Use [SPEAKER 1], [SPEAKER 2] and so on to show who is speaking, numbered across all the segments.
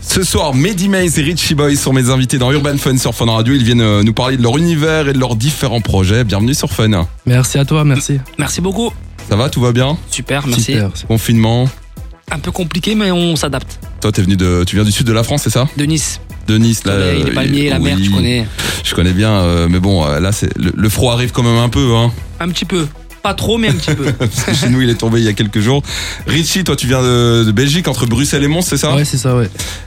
[SPEAKER 1] Ce soir, Mehdi Mays et Richie Boy sont mes invités dans Urban Fun sur Fun Radio. Ils viennent euh, nous parler de leur univers et de leurs différents projets. Bienvenue sur Fun.
[SPEAKER 2] Merci à toi, merci.
[SPEAKER 3] Merci beaucoup.
[SPEAKER 1] Ça va, tout va bien
[SPEAKER 3] Super, merci.
[SPEAKER 2] Super.
[SPEAKER 1] Confinement.
[SPEAKER 3] Un peu compliqué, mais on s'adapte.
[SPEAKER 1] Toi, t'es venu de, tu viens du sud de la France, c'est ça
[SPEAKER 3] De Nice,
[SPEAKER 1] De Nice, là.
[SPEAKER 3] soleil,
[SPEAKER 1] euh,
[SPEAKER 3] les palmiers, la mer,
[SPEAKER 1] oui,
[SPEAKER 3] tu connais.
[SPEAKER 1] Je connais bien, euh, mais bon, euh, là, c'est le, le froid arrive quand même un peu, hein.
[SPEAKER 3] Un petit peu. Pas trop, mais un petit peu.
[SPEAKER 1] Parce que chez nous, il est tombé il y a quelques jours. Richie, toi, tu viens de, de Belgique, entre Bruxelles et Mons, c'est ça
[SPEAKER 2] Ouais, c'est ça, ouais.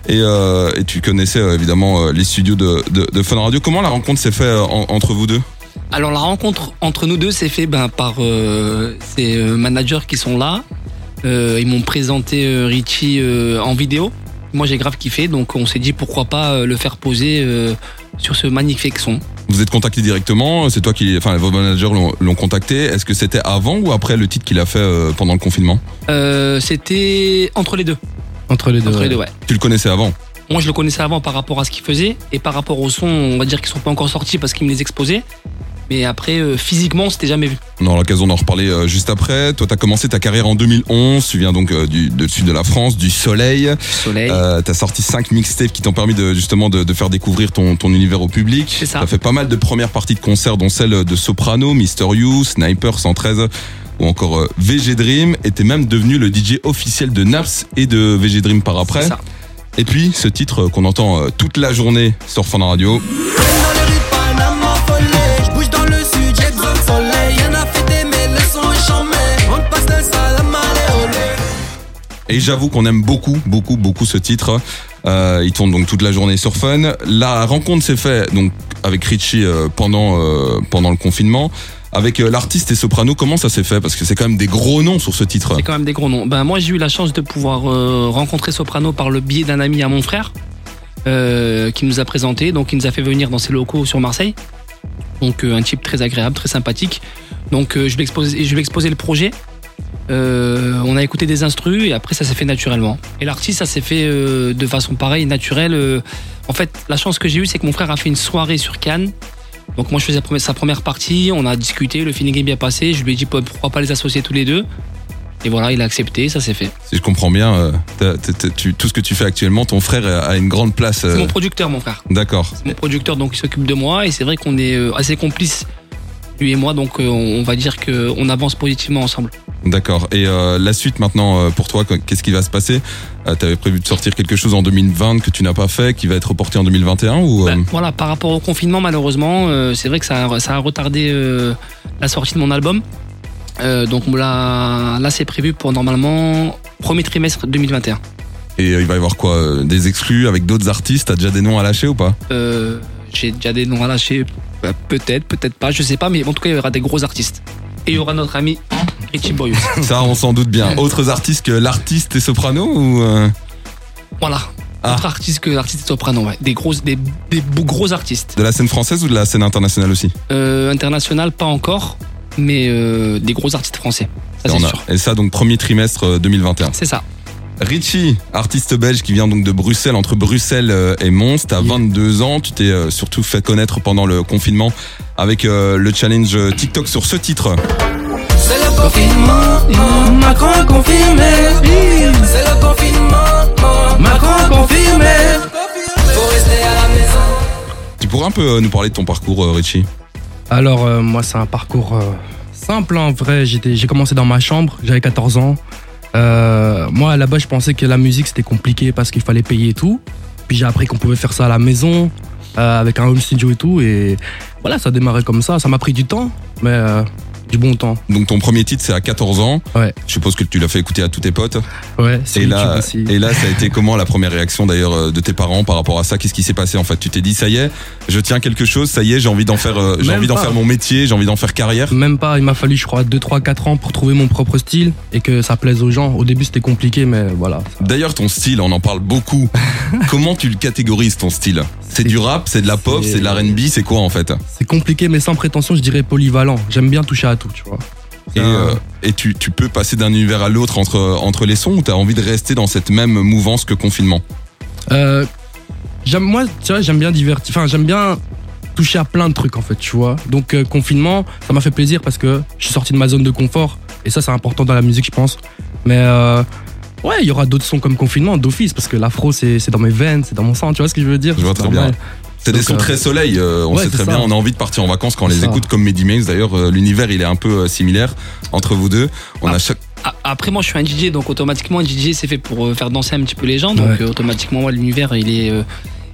[SPEAKER 1] et, euh, et tu connaissais euh, évidemment euh, les studios de, de, de Fun Radio. Comment la rencontre s'est faite euh, en- entre vous deux
[SPEAKER 3] Alors la rencontre entre nous deux s'est fait ben, par euh, ces euh, managers qui sont là. Euh, ils m'ont présenté euh, Richie euh, en vidéo. Moi j'ai grave kiffé, donc on s'est dit pourquoi pas euh, le faire poser euh, sur ce magnifique son.
[SPEAKER 1] Vous êtes contacté directement C'est toi qui, enfin, vos managers l'ont- l'ont contacté. Est-ce que c'était avant ou après le titre qu'il a fait euh, pendant le confinement
[SPEAKER 3] Euh, C'était entre les deux.
[SPEAKER 2] Entre les deux.
[SPEAKER 3] Entre les
[SPEAKER 2] ouais.
[SPEAKER 3] deux, ouais.
[SPEAKER 1] Tu le connaissais avant
[SPEAKER 3] Moi je le connaissais avant par rapport à ce qu'il faisait et par rapport au son, on va dire qu'ils sont pas encore sortis parce qu'ils me les exposaient. Mais après, euh, physiquement, on s'était jamais vu.
[SPEAKER 1] On aura l'occasion d'en reparler euh, juste après. Toi, t'as commencé ta carrière en 2011. Tu viens donc euh, du, du sud de la France, du soleil.
[SPEAKER 3] Soleil.
[SPEAKER 1] Euh, t'as sorti cinq mixtapes qui t'ont permis de, justement de, de faire découvrir ton, ton univers au public.
[SPEAKER 3] C'est ça.
[SPEAKER 1] T'as fait pas mal de premières parties de concerts, dont celle de Soprano, Mister You, Sniper 113 ou encore euh, VG Dream. Et t'es même devenu le DJ officiel de Naps et de VG Dream par après.
[SPEAKER 3] C'est ça.
[SPEAKER 1] Et puis ce titre euh, qu'on entend euh, toute la journée sur Fun Radio.
[SPEAKER 4] Dans les rues de Panama folle, je bouge dans le sud, j'ai besoin de soleil. Y'en a fait des mes leçons et j'en mets. On passe d'un salam à l'éolé.
[SPEAKER 1] Et j'avoue qu'on aime beaucoup, beaucoup, beaucoup ce titre. Euh, il tourne donc toute la journée sur Fun. La rencontre s'est faite donc avec Richie euh, pendant euh, pendant le confinement. Avec euh, l'artiste et soprano, comment ça s'est fait Parce que c'est quand même des gros noms sur ce titre.
[SPEAKER 3] C'est quand même des gros noms. Ben, moi, j'ai eu la chance de pouvoir euh, rencontrer Soprano par le biais d'un ami à mon frère euh, qui nous a présenté. Donc, il nous a fait venir dans ses locaux sur Marseille. Donc, euh, un type très agréable, très sympathique. Donc, euh, je lui ai exposé- je lui ai exposé le projet. Euh, on a écouté des instrus et après, ça s'est fait naturellement. Et l'artiste, ça s'est fait euh, de façon pareille, naturelle. Euh, en fait, la chance que j'ai eue, c'est que mon frère a fait une soirée sur Cannes. Donc, moi, je faisais la première- sa première partie. On a discuté, le feeling est bien passé. Je lui ai dit pourquoi pas les associer tous les deux. Et voilà, il a accepté, ça s'est fait.
[SPEAKER 1] Si je comprends bien, euh, t'as- t'as- t'as- tu- tout ce que tu fais actuellement, ton frère a une grande place. euh,
[SPEAKER 3] C'est mon producteur, mon frère.
[SPEAKER 1] D'accord.
[SPEAKER 3] C'est mon producteur, donc il s'occupe de moi. Et c'est vrai qu'on est euh, assez complices, lui et moi. Donc euh, on va dire qu'on avance positivement ensemble.
[SPEAKER 1] D'accord. Et euh, la suite maintenant euh, pour toi, qu- qu'est-ce qui va se passer Euh, T'avais prévu de sortir quelque chose en 2020 que tu n'as pas fait, qui va être reporté en 2021 ou euh,
[SPEAKER 3] Bah, voilà, par rapport au confinement, malheureusement, euh, c'est vrai que ça a, ça a retardé euh, la sortie de mon album. Euh, donc là, là c'est prévu pour normalement premier trimestre 2021.
[SPEAKER 1] Et euh, il va y avoir quoi euh, Des exclus avec d'autres artistes T'as déjà des noms à lâcher ou pas
[SPEAKER 3] Euh, J'ai déjà des noms à lâcher, Bah, peut-être, peut-être pas, je sais pas, mais en tout cas il y aura des gros artistes. Et il y aura notre ami Richie Boy. aussi.
[SPEAKER 1] Ça, on s'en doute bien. Autres artistes que l'artiste et soprano ou euh,
[SPEAKER 3] Voilà.
[SPEAKER 1] Ah.
[SPEAKER 3] Autre artiste que l'artiste soprano, ouais. Des grosses, des, des beaux- gros artistes.
[SPEAKER 1] de la scène française ou de la scène internationale aussi
[SPEAKER 3] Euh, international, pas encore, mais euh, des gros artistes français. Ça,
[SPEAKER 1] Et
[SPEAKER 3] c'est
[SPEAKER 1] on a-
[SPEAKER 3] sûr.
[SPEAKER 1] Et ça, donc premier trimestre euh, 2021.
[SPEAKER 3] C'est ça.
[SPEAKER 1] Richie, artiste belge qui vient donc de Bruxelles, entre Bruxelles euh, et Mons. T'as
[SPEAKER 2] Yeah.
[SPEAKER 1] 22 ans, tu t'es euh, surtout fait connaître pendant le confinement avec euh, le challenge euh, TikTok sur ce titre.
[SPEAKER 4] C'est le confinement, non, Macron a confirmé. C'est le confinement, non, Macron a confirmé. Faut rester à la maison.
[SPEAKER 1] Tu pourrais un peu euh, nous parler de ton parcours, euh, Richie
[SPEAKER 2] Alors, euh, moi, c'est un parcours euh, simple, en vrai. J'étais- J'ai commencé dans ma chambre, j'avais 14 ans. Euh, moi, là-bas, je pensais que la musique, c'était compliqué parce qu'il fallait payer et tout. Puis j'ai appris qu'on pouvait faire ça à la maison, euh, avec un home studio et tout. Et voilà, ça démarrait comme ça. Ça m'a pris du temps, mais euh, du bon temps.
[SPEAKER 1] Donc ton premier titre, c'est à 14 ans.
[SPEAKER 2] Ouais.
[SPEAKER 1] Je suppose que tu l'as fait écouter à tous tes potes.
[SPEAKER 2] Ouais, c'est
[SPEAKER 1] Et là,
[SPEAKER 2] aussi.
[SPEAKER 1] et là, ça a été comment la première réaction d'ailleurs euh, de tes parents par rapport à ça Qu'est-ce qui s'est passé en fait Tu t'es dit ça y est, je tiens quelque chose, ça y est, j'ai envie d'en faire, euh, j'ai
[SPEAKER 2] Même
[SPEAKER 1] envie d'en
[SPEAKER 2] pas.
[SPEAKER 1] faire mon métier, j'ai envie d'en faire carrière.
[SPEAKER 2] Même pas, il m'a fallu je crois 2, 3, 4 ans pour trouver mon propre style et que ça plaise aux gens. Au début c'était compliqué mais voilà.
[SPEAKER 1] D'ailleurs, ton style, on en parle beaucoup. Comment tu le catégorises ton style C'est
[SPEAKER 2] C'est-
[SPEAKER 1] du rap, c'est de la pop,
[SPEAKER 2] c'est-
[SPEAKER 1] c'est de la R&B, c'est quoi en fait
[SPEAKER 2] C'est compliqué mais sans prétention je dirais polyvalent. J'aime bien toucher à tout tu vois.
[SPEAKER 1] Et,
[SPEAKER 2] C'est un-
[SPEAKER 1] euh, et tu, tu peux passer d'un univers à l'autre entre entre les sons ou t'as envie de rester dans cette même mouvance que confinement
[SPEAKER 2] Euh, j'aime moi tu vois j'aime bien divertir. Enfin j'aime bien toucher à plein de trucs en fait tu vois. Donc euh, confinement ça m'a fait plaisir parce que je suis sorti de ma zone de confort et ça c'est important dans la musique je pense. Mais euh, Ouais, il y aura d'autres sons comme confinement d'office parce que l'afro c'est c'est dans mes veines, c'est dans mon sang, tu vois ce que je veux dire
[SPEAKER 1] Je vois
[SPEAKER 2] C'est
[SPEAKER 1] très bien.
[SPEAKER 2] normal.
[SPEAKER 1] C'est des
[SPEAKER 2] Donc,
[SPEAKER 1] sons
[SPEAKER 2] euh,
[SPEAKER 1] très soleil, euh, on sait
[SPEAKER 2] ouais, c'est
[SPEAKER 1] très
[SPEAKER 2] ça.
[SPEAKER 1] bien, on a envie de partir en vacances quand on les
[SPEAKER 2] C'est ça.
[SPEAKER 1] écoute comme Mehdi Mails d'ailleurs, euh, l'univers il est un peu euh, similaire entre vous deux. On
[SPEAKER 2] Ah.
[SPEAKER 1] a chaque...
[SPEAKER 3] A- Après, moi, je suis un DJ, donc automatiquement, un DJ, c'est fait pour euh, faire danser un petit peu les gens. Donc,
[SPEAKER 2] Ouais.
[SPEAKER 3] euh, automatiquement, moi, l'univers, il est, euh,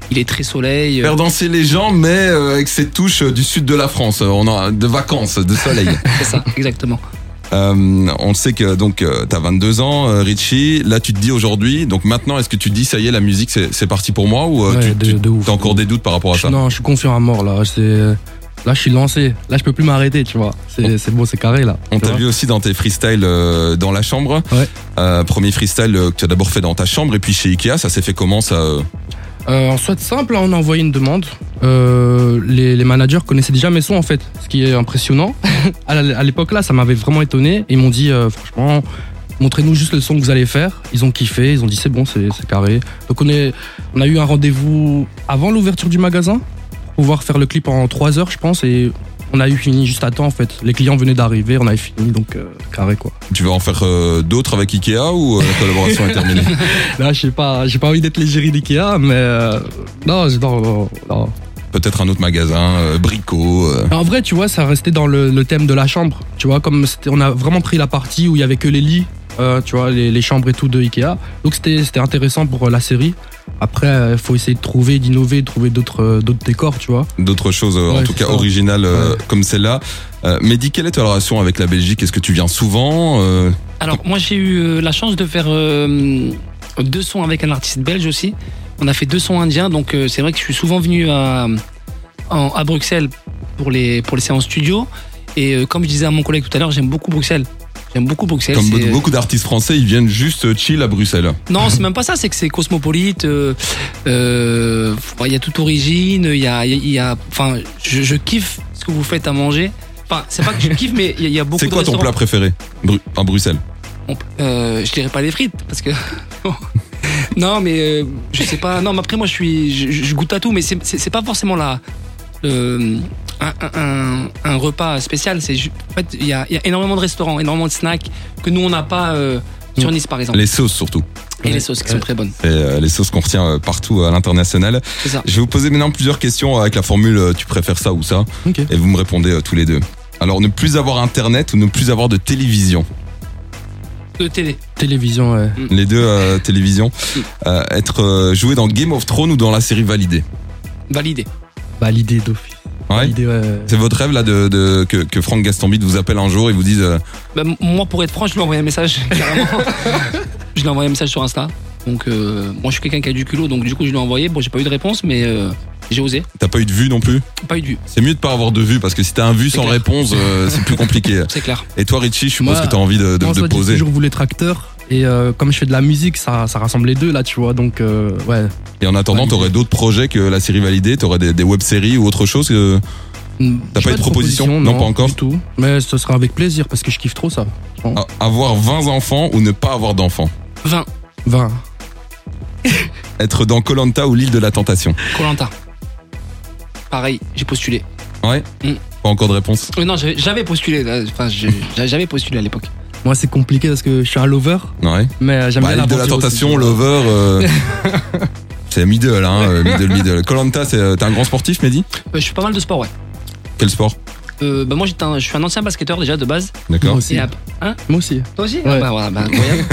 [SPEAKER 3] il est très soleil. euh,
[SPEAKER 1] Faire danser les gens mais euh, avec ces touches euh, du sud de la France, euh, on a de vacances, de soleil.
[SPEAKER 3] c'est ça, exactement.
[SPEAKER 1] Euh, on sait que donc euh, t'as 22 ans, euh, Richie. Là, tu te dis aujourd'hui. Donc maintenant, est-ce que tu te dis ça y est, la musique c'est c'est parti pour moi ou euh,
[SPEAKER 2] Ouais,
[SPEAKER 1] tu,
[SPEAKER 2] de-
[SPEAKER 1] tu-
[SPEAKER 2] de ouf.
[SPEAKER 1] t'as encore des doutes par rapport à ça
[SPEAKER 2] Non, je suis confiant à mort là. C'est là, je suis lancé. Là, je peux plus m'arrêter, tu vois. C'est c'est bon, c'est carré là.
[SPEAKER 1] On
[SPEAKER 2] tu
[SPEAKER 1] t'a
[SPEAKER 2] vois.
[SPEAKER 1] vu aussi dans tes freestyles euh, dans la chambre.
[SPEAKER 2] Ouais.
[SPEAKER 1] Euh, premier freestyle euh, que tu as d'abord fait dans ta chambre et puis chez Ikea, ça s'est fait comment ça euh
[SPEAKER 2] Euh, en soit simple, on a envoyé une demande. Euh, les, les managers connaissaient déjà mes sons en fait, ce qui est impressionnant. à la- à l'époque là, ça m'avait vraiment étonné. Ils m'ont dit euh, franchement, montrez-nous juste le son que vous allez faire. Ils ont kiffé, ils ont dit c'est bon, c'est c'est carré. Donc on, est, on a eu un rendez-vous avant l'ouverture du magasin pour pouvoir faire le clip en 3 heures je pense et on a eu fini juste à temps en fait. Les clients venaient d'arriver, on avait fini donc euh, carré quoi.
[SPEAKER 1] Tu veux en faire euh, d'autres avec Ikea ou euh, la collaboration est terminée
[SPEAKER 2] Là je sais pas, j'ai pas envie d'être l'égérie d'Ikea mais euh, non, je- non, non, non.
[SPEAKER 1] Peut-être un autre magasin, euh, Brico. euh.
[SPEAKER 2] En vrai, tu vois, ça restait dans le, le thème de la chambre. Tu vois, comme c'était- on a vraiment pris la partie où il y avait que les lits, euh, tu vois, les, les chambres et tout de Ikea. Donc c'était c'était intéressant pour euh, la série. Après, il faut essayer de trouver, d'innover, de trouver d'autres euh, d'autres décors, tu vois.
[SPEAKER 1] d'autres choses, euh, en
[SPEAKER 2] Ouais,
[SPEAKER 1] tout
[SPEAKER 2] c'est
[SPEAKER 1] cas
[SPEAKER 2] ça.
[SPEAKER 1] originales euh,
[SPEAKER 2] Ouais.
[SPEAKER 1] comme celle-là. Euh, Mehdi, quelle est ta relation avec la Belgique Est-ce que tu viens souvent Euh,
[SPEAKER 3] Alors, moi, j'ai eu euh, la chance de faire euh, deux sons avec un artiste belge aussi. On a fait deux sons indiens, donc euh, c'est vrai que je suis souvent venu à, en- à Bruxelles pour les, pour les séances studio. Et euh, comme je disais à mon collègue tout à l'heure, j'aime beaucoup Bruxelles. J'aime beaucoup Bruxelles.
[SPEAKER 1] Comme
[SPEAKER 3] c'est-
[SPEAKER 1] beaucoup d'artistes français, ils viennent juste euh, chill à Bruxelles.
[SPEAKER 3] Non, c'est même pas ça, c'est que c'est cosmopolite. euh, euh, bah, Il y a toute origine, il y a, il y a, enfin, je, je kiffe ce que vous faites à manger. Enfin, c'est pas que je kiffe, mais il y a- il y, a beaucoup.
[SPEAKER 1] C'est
[SPEAKER 3] de
[SPEAKER 1] quoi ton
[SPEAKER 3] restaurants.
[SPEAKER 1] plat préféré Bru- à Bruxelles
[SPEAKER 3] On- euh, Je dirais pas les frites parce que. non, mais euh, je sais pas. Non, mais après moi, je suis, je, je goûte à tout, mais c'est- c'est c'est pas forcément là. euh, un, un- un- un repas spécial, c'est ju- en fait il y a, il y a énormément de restaurants, énormément de snacks que nous on n'a pas euh, sur Nice par exemple.
[SPEAKER 1] Les sauces surtout.
[SPEAKER 3] Et les sauces qui sont très bonnes.
[SPEAKER 1] Et, euh, les sauces qu'on retient euh, partout à l'international.
[SPEAKER 3] C'est ça.
[SPEAKER 1] Je vais vous poser maintenant plusieurs questions avec la formule euh, tu préfères ça ou ça
[SPEAKER 2] Ok.
[SPEAKER 1] Et vous me répondez euh, tous les deux. Alors ne plus avoir internet ou ne plus avoir de télévision
[SPEAKER 3] De télé.
[SPEAKER 2] Télévision, ouais.
[SPEAKER 1] Les deux euh, télévisions.
[SPEAKER 3] Mm.
[SPEAKER 1] Euh, être euh, joué dans Game of Thrones ou dans la série Validée
[SPEAKER 3] Validé.
[SPEAKER 2] Bah, l'idée d'office.
[SPEAKER 1] Ouais
[SPEAKER 2] L'idée, euh, ouais.
[SPEAKER 1] C'est votre rêve là de, de- que, que Franck Gastambide vous appelle un jour et vous dise euh,
[SPEAKER 3] Bah, m- moi, pour être franc, je lui ai envoyé un message, carrément. je lui ai envoyé un message sur Insta. Donc, euh, moi, je suis quelqu'un qui a du culot, donc du coup, je lui ai envoyé. Bon, j'ai pas eu de réponse, mais euh, j'ai osé.
[SPEAKER 1] t'as pas eu de vue non plus
[SPEAKER 3] Pas eu de vue,
[SPEAKER 1] C'est mieux de pas avoir de vue parce que si t'as un vu
[SPEAKER 3] C'est
[SPEAKER 1] sans
[SPEAKER 3] clair.
[SPEAKER 1] réponse, euh, c'est plus compliqué.
[SPEAKER 3] c'est clair.
[SPEAKER 1] Et toi Richie, je suppose
[SPEAKER 2] Moi,
[SPEAKER 1] que t'as envie de, de,
[SPEAKER 2] Moi, en
[SPEAKER 1] de
[SPEAKER 2] soi, j'ai
[SPEAKER 1] poser.
[SPEAKER 2] toujours voulu être acteur. Et euh, comme je fais de la musique, ça, ça rassemble les deux, là, tu vois. Donc, euh, ouais.
[SPEAKER 1] Et en attendant,
[SPEAKER 2] Ouais.
[SPEAKER 1] t'aurais d'autres projets que la série validée, t'aurais des, des web-séries ou autre chose. Que...
[SPEAKER 2] T'as
[SPEAKER 1] pas eu de proposition Non, pas encore
[SPEAKER 2] Du tout. Mais ce sera avec plaisir parce que je kiffe trop ça.
[SPEAKER 1] Ah, Avoir 20 enfants ou ne pas avoir d'enfants.
[SPEAKER 3] 20,
[SPEAKER 2] 20.
[SPEAKER 1] Être dans Colanta ou l'île de la tentation.
[SPEAKER 3] Colanta. Pareil, j'ai postulé.
[SPEAKER 1] Pas encore de réponse.
[SPEAKER 3] Euh, non, j'avais- j'avais postulé. là. Enfin, je- j'avais jamais postulé à l'époque.
[SPEAKER 2] Moi, c'est compliqué parce que je suis un lover.
[SPEAKER 1] Ouais.
[SPEAKER 2] Mais euh, j'aime
[SPEAKER 1] Bah,
[SPEAKER 2] bien
[SPEAKER 1] l'île de la
[SPEAKER 2] l'aventure
[SPEAKER 1] tentation,
[SPEAKER 2] aussi.
[SPEAKER 1] Lover. euh, c'est middle, hein. euh, Middle, middle. Colanta, t'es un grand sportif, Mehdi
[SPEAKER 3] Euh, je fais pas mal de sport, ouais.
[SPEAKER 1] Quel sport
[SPEAKER 3] Euh, bah, moi, j'étais un- je suis un ancien basketteur déjà de base.
[SPEAKER 1] D'accord.
[SPEAKER 2] Moi aussi.
[SPEAKER 3] Et ap-
[SPEAKER 2] Moi aussi.
[SPEAKER 3] Toi aussi
[SPEAKER 2] Ah Ouais.
[SPEAKER 3] bah, voilà, bah, incroyable.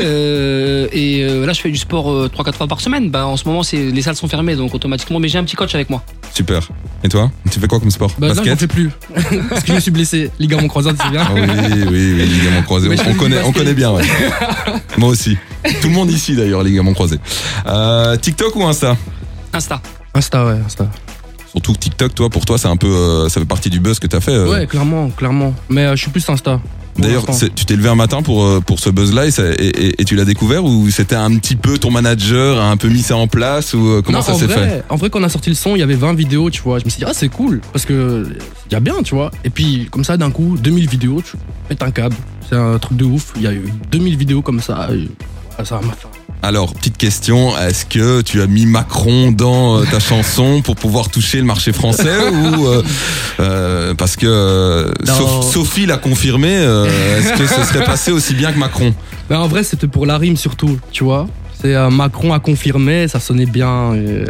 [SPEAKER 3] Euh, et euh, là, je fais du sport 3-4 fois par semaine. Bah, en ce moment, c'est- les salles sont fermées, donc automatiquement, mais j'ai un petit coach avec moi.
[SPEAKER 1] Super. Et toi Tu fais quoi comme sport
[SPEAKER 2] Bah, là, j'en
[SPEAKER 1] Basket
[SPEAKER 2] fais plus. parce que je me suis blessé. Ligament croisé, c'est bien.
[SPEAKER 1] Ah oui, oui, oui, ligaments croisés.
[SPEAKER 2] Mais je
[SPEAKER 1] On,
[SPEAKER 2] fais du
[SPEAKER 1] connaît, on
[SPEAKER 2] basket.
[SPEAKER 1] connaît bien, ouais. Moi aussi. Tout le monde ici, d'ailleurs, ligaments croisés. Euh, TikTok ou Insta
[SPEAKER 3] Insta.
[SPEAKER 2] Insta, ouais, Insta.
[SPEAKER 1] Surtout que TikTok, toi, pour toi, c'est un peu, euh, ça fait partie du buzz que t'as fait. euh.
[SPEAKER 2] Ouais, clairement, clairement. Mais euh, je suis plus Insta. pour
[SPEAKER 1] D'ailleurs,
[SPEAKER 2] l'instant.
[SPEAKER 1] c'est- tu t'es levé un matin pour, euh, pour ce buzz-là et, ça- et- et- et tu l'as découvert ou c'était un petit peu ton manager a un peu mis ça en place ou euh, comment
[SPEAKER 2] Non,
[SPEAKER 1] ça
[SPEAKER 2] en
[SPEAKER 1] s'est
[SPEAKER 2] vrai,
[SPEAKER 1] fait
[SPEAKER 2] En vrai, quand on a sorti le son, il y avait 20 vidéos, tu vois. Je me suis dit, ah, c'est cool. Parce que il y a bien, tu vois. Et puis, comme ça, d'un coup, 2000 vidéos, tu pètes un câble. C'est un truc de ouf. Il y a eu 2000 vidéos comme ça. Ah, ça va, ma-
[SPEAKER 1] Alors, petite question, est-ce que tu as mis Macron dans euh, ta chanson pour pouvoir toucher le marché français ou euh, euh, parce que euh,
[SPEAKER 2] Non.
[SPEAKER 1] Sof- Sophie l'a confirmé, euh, est-ce que ce serait passé aussi bien que Macron
[SPEAKER 2] Ben, en vrai, c'était pour la rime surtout, tu vois. C'est euh, Macron a confirmé, ça sonnait bien. Et,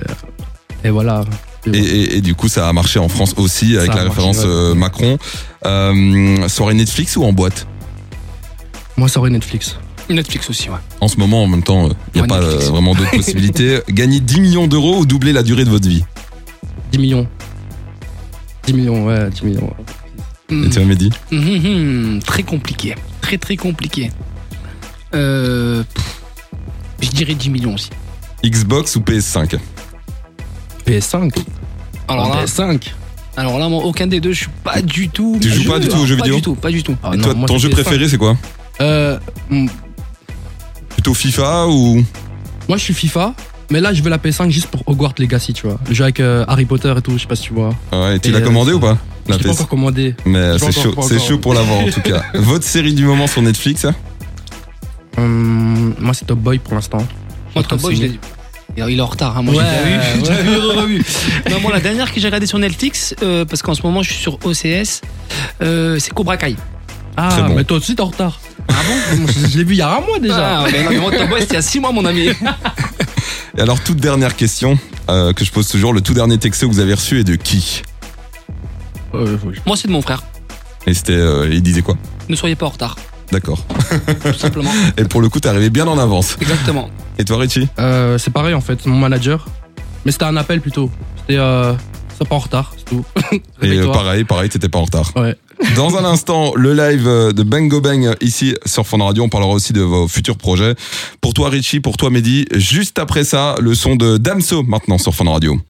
[SPEAKER 2] et voilà.
[SPEAKER 1] et, et- et du coup, ça a marché en France aussi avec
[SPEAKER 2] Ça a
[SPEAKER 1] la
[SPEAKER 2] marché,
[SPEAKER 1] référence
[SPEAKER 2] ouais.
[SPEAKER 1] euh, Macron. Euh, soirée Netflix ou en boîte
[SPEAKER 2] Moi, ça aurait Netflix.
[SPEAKER 3] Netflix aussi, ouais.
[SPEAKER 1] En ce moment, en même temps, il n'y a
[SPEAKER 3] Ouais,
[SPEAKER 1] pas euh,
[SPEAKER 3] Netflix.
[SPEAKER 1] vraiment d'autres possibilités. Gagner 10 millions d'euros ou doubler la durée de votre vie
[SPEAKER 2] 10 millions. 10 millions, ouais, 10 millions. Hmm.
[SPEAKER 1] Et tu m'as dit
[SPEAKER 3] Hum, hum, hum, très compliqué. Très très compliqué. Euh, pff, je dirais 10 millions aussi.
[SPEAKER 1] Xbox ou PS5
[SPEAKER 2] PS5.
[SPEAKER 3] Alors là,
[SPEAKER 2] PS5.
[SPEAKER 3] alors là, moi, aucun des deux, je suis pas du tout.
[SPEAKER 1] Tu joues pas du tout aux jeux vidéo
[SPEAKER 3] Pas du tout, pas du tout.
[SPEAKER 2] Ah
[SPEAKER 1] Et
[SPEAKER 2] non,
[SPEAKER 1] toi,
[SPEAKER 2] moi,
[SPEAKER 1] ton
[SPEAKER 2] c'est
[SPEAKER 1] jeu
[SPEAKER 2] PS5.
[SPEAKER 1] préféré, c'est quoi
[SPEAKER 2] Euh, mm,
[SPEAKER 1] Plutôt FIFA ou
[SPEAKER 2] Moi, je suis FIFA. Mais là, je veux la PS5 juste pour Hogwarts Legacy, tu vois. Le jeu avec euh, Harry Potter et tout, je sais pas si tu vois.
[SPEAKER 1] Ouais, tu
[SPEAKER 2] Et,
[SPEAKER 1] l'as
[SPEAKER 2] euh,
[SPEAKER 1] commandé ou pas
[SPEAKER 2] Je
[SPEAKER 1] La
[SPEAKER 2] l'ai pas
[SPEAKER 1] PS5.
[SPEAKER 2] encore commandé.
[SPEAKER 1] Mais
[SPEAKER 2] l'ai
[SPEAKER 1] c'est
[SPEAKER 2] encore,
[SPEAKER 1] chaud,
[SPEAKER 2] pas
[SPEAKER 1] c'est
[SPEAKER 2] encore.
[SPEAKER 1] chaud pour l'avoir en tout cas. Votre série du moment sur Netflix hein
[SPEAKER 2] Hum, moi, c'est Top Boy pour l'instant.
[SPEAKER 3] Moi, Top Boy, je l'ai- Il il est en retard, hein, moi j'ai déjà vu.
[SPEAKER 2] ouais.
[SPEAKER 3] Non, moi, la dernière que j'ai regardée sur Netflix, euh, parce qu'en ce moment je suis sur OCS, euh, c'est Cobra Kai.
[SPEAKER 1] Très
[SPEAKER 2] Ah,
[SPEAKER 1] bon.
[SPEAKER 2] mais toi aussi, t'es en retard. Ah bon je, je l'ai vu il y a un mois déjà.
[SPEAKER 3] Ah, mais non, mais moi, Top Boy, c'était il y a 6 mois, mon ami.
[SPEAKER 1] Et alors, toute dernière question euh, que je pose toujours, le tout dernier texto que vous avez reçu est de qui
[SPEAKER 2] Euh, oui.
[SPEAKER 3] Moi, c'est de mon frère.
[SPEAKER 1] Et c'était, euh, il disait quoi
[SPEAKER 3] Ne soyez pas en retard,
[SPEAKER 1] D'accord.
[SPEAKER 3] tout simplement.
[SPEAKER 1] Et pour le coup, t'es arrivé bien en avance.
[SPEAKER 3] Exactement.
[SPEAKER 1] Et toi, Richie
[SPEAKER 2] Euh, c'est pareil en fait, mon manager. Mais c'était un appel plutôt. C'était euh, sois pas en retard, c'est tout.
[SPEAKER 1] Et euh,
[SPEAKER 2] Réveille-toi.
[SPEAKER 1] pareil, pareil, t'étais pas en retard.
[SPEAKER 2] Ouais.
[SPEAKER 1] Dans un instant, le live euh, de Bango Bang euh, ici sur Fond Radio. On parlera aussi de vos futurs projets. Pour toi, Richie, pour toi, Mehdi. Juste après ça, le son de Damso maintenant sur Fond Radio.